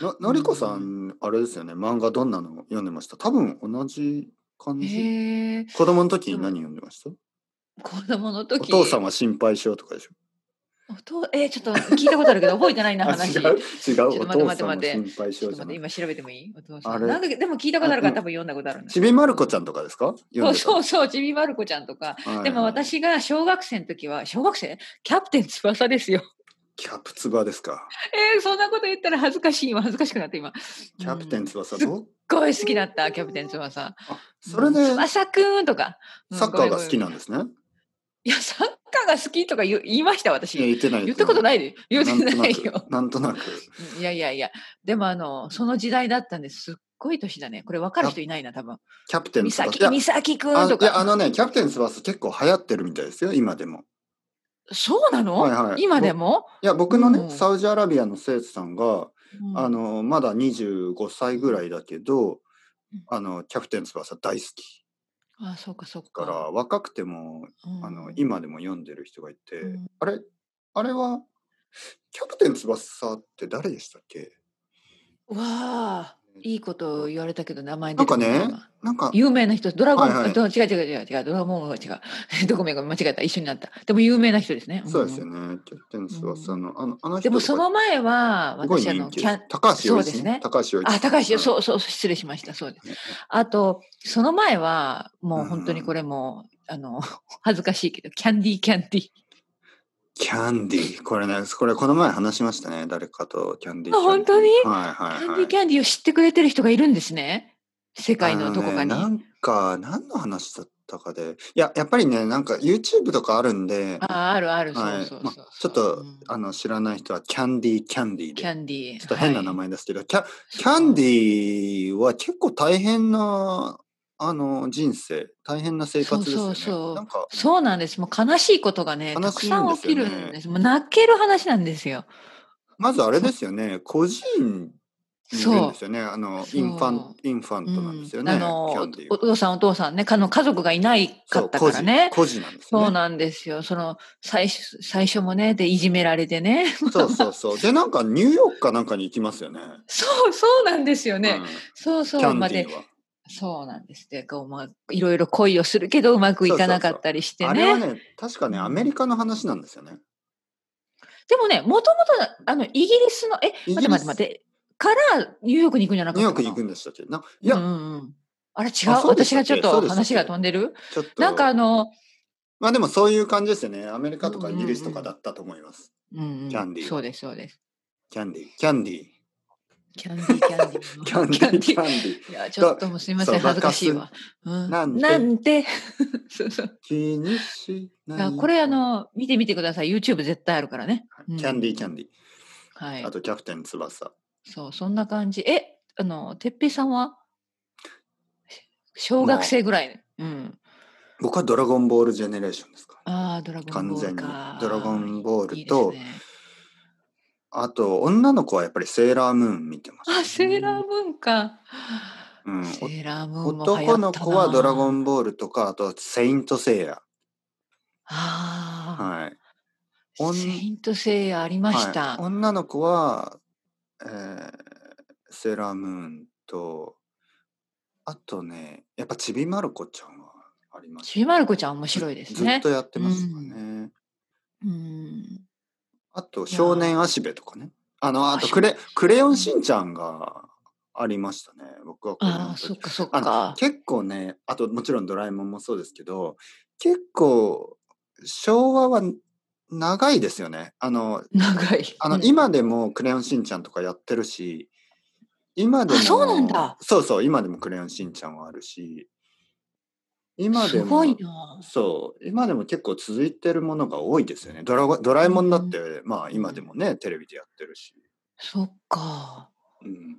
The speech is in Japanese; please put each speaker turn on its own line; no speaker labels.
なのりこさん、あれですよね、漫画どんなの読んでました多分同じ感じ。
へえ。
子供の時に何読んでました
子供の
お
時。
父さんは心配しようとかでしょ
お父えーちょっと聞いたことあるけど覚えてない な
あ
話。
違
ち
う
ょ
違
ち
う、
ょ
お
っと待って
父さんは
待って
心配しよ
っ
う
と
じゃ
待っ
な
て
い。
今調べてもいい？お父
あ
さん。
れ
なんだっけでも聞いたことあるから多分読んだことあるな
ちびまる子ちゃんとかですか読
そ
んでた
うそうそうちびまる子ちゃんとか。
はい
でも私が小学生の時は小学生キャプテン翼ですよ。
キャプツバですか。
えーそんなこと言ったら恥ずかしい今恥ずかしくなって今。
キャプテ
うん
ン
す
翼と、
っごい好きだったキャプテン翼。
あそれで
翼くんとか。うん
サッカーが好き。
ごめんごめん
なんですね。
いやサッカーが好きとか言う言いました
いや
私。
言ってない。。
言ったことないいで言ってないよ。
なんとなく。
いやいやいや、でもあの、その時代だったんです。すっごい年だね。これ分かる人いないな、多分。
キャプテン
みさ
翼。
き、
いや
みさきく
あ
んと
いやあ
か。
のね、キャプテン翼結構流行ってるみたいですよ、今でも。
そうなの、
はいはい
今でも、
いや、僕のね、
うん
サウジアラビアの生徒さんが、
うん
あの、まだ25歳ぐらいだけど
うん、
あの、キャプテン翼大好き。
あ、そうかそう
だ
か。
から、若くても、
うん
あの、今でも読んでる人がいて、
うん
あれ、あれは、キャプテン翼って誰でしたっけ
わあ、いいこと言われたけど、名前
な
出
ん
てこ
か
ない
ね
わ、
なんか、
有名な人、ドラゴン、
はいはい
えっと違う違う違う違う、ドラゴンは違う。 えっとごめんごめん、間違えた。一緒になった。でも有名な人ですね。
そうですよ
ね。
ね、キャプテン翼の、あの、あの人
でも
とか
その前は、
すごい
私、あ
人
の、
気
キ
で
ャ
す
ン、。
高橋洋
そうで
一
す
ね
ね。
高橋洋一。
あ、高橋、
う
そうそう、失礼しました。そうです。
ん。
あと、その前は、もう本当にこれも、あの、 恥ずかしいけど、キャンディーキャンディー。
キャンディー。これね、これこの前話しましたね。誰かとキャンディー。
あ本当に
はい
キ
はい
ャン
は
ディー
い。
キャンディーを知ってくれてる人がいるんですね。世界のどこか
あ
に。
のねな
あ
んか、何の話だったかで。いや、やっぱりね、なんか YouTube とかあるんで、
あ、あるある、
はい
そうそう
ま
そうそう、
ちょっと、
うん
あの、知らない人はキャンディーキャンディーで。
キャンディー。
ちょっと変な名
はい
前ですけど、キャキャンディーは結構大変な、あの、人生、大変な生活ですよね。
そうそうそう
なんか、
そうなんです。もう悲しいことがね、
悲
たく
しい
さ
んで
ん
す
起
よね
きるんです。もう泣ける話なんですよ。
まずあれですよね、個人いるんですよね。あの
そう
インファンインファントなんですよね。
うんあ
キャ
の
ンディー
お
は
お父さんお父さんね、かの家族がいないか
そう
った
個
から
人
ね。
個人なんですよね。
そうなんですよ。その最初最初もねでいじめられてね。
そうそうそうでなんかニューヨークかなんかに行きますよね。
そうそうなんですよね。
うん
そう
キ
そ
ャ
う
ン
ま
ディ
で
ーは。
そうなんです。でこうまあいろいろ恋をするけどうまくいかなかったりして
あ
ね。
れはね確かねアメリカの話なんですよね。
でもねもともとあのイギリスのえ
イギ
待っ
リス
て待って待ってからニューヨークに行くんじゃな
ニ
か
ュー
っ
ヨ
た
ーク
かな。
に行くんでしたっけないや、
うんうんうんあれ違う
あそうでし
私
たっ
が
け
ちょっ
そう
と
でしたっけ
話が飛んでる
ちょっと
なんかあの、
まあでもそういう感じですよね。アメリカとかイギリスと
うんうんう
かだ
ん
ったと思います。
うんうん
キャンディー
そうですそうです。
キャンディーキャンディー
キャンディーキャンディーの
キャンディーキ
キ
ャ
ャ
ン
ン
デ
ディ
ィー
ーいやちょっともうすみません
そう
恥ずかしいわ。うん
なんて
なんて そうそう。
気にしな
あ
い。
これあの見てみてください YouTube 絶対あるからね、
キャンディーキャン
デ
ディー。
ィはい
あとキャプテン翼。
そうそんな感じえあのてっぺいさんはし小学生ぐらい、うん
僕はドラゴンボールジェネレーションですから。
ああドラゴン
完
ボー
全
ル
に
か。
ドラゴンボール
いいです
と、
ね、
あと女の子はやっぱりセーラームーン見てました、
あセーラームーンか、
うん
セーラーム
お
ーンも流行ったな
男の子はドラゴンボールとか、あとセイントセイヤ。
ああ、
はい。おん
セイントセイヤありました、
はい女の子は、えーセーラームーンと、あとね、やっぱちびまる子ちゃんはありまし
ちびまる子ちゃん面白いで
た。
す
ずっ
ね
とやってましたね。
うん
あと、少年足部とかね。あの、あとクレ、クレヨンしんちゃんがありましたね。僕は子供の時
ああそっかそっ
あの
か
結構ね、あともちろんドラえもんもそうですけど、結構、昭和は長いですよね。あの、
長い
あの、
うん
今でもクレヨンしんちゃんとかやってるし、今でも、
あそうなんだ
そうそう、今でもクレヨンしんちゃんはあるし、今です
ご
も、
いな
そう、今でも結構続いてるものが多いですよね。ドラゴドラえもんだって、まあ今でもね、テレビでやってるし。
そっか
うん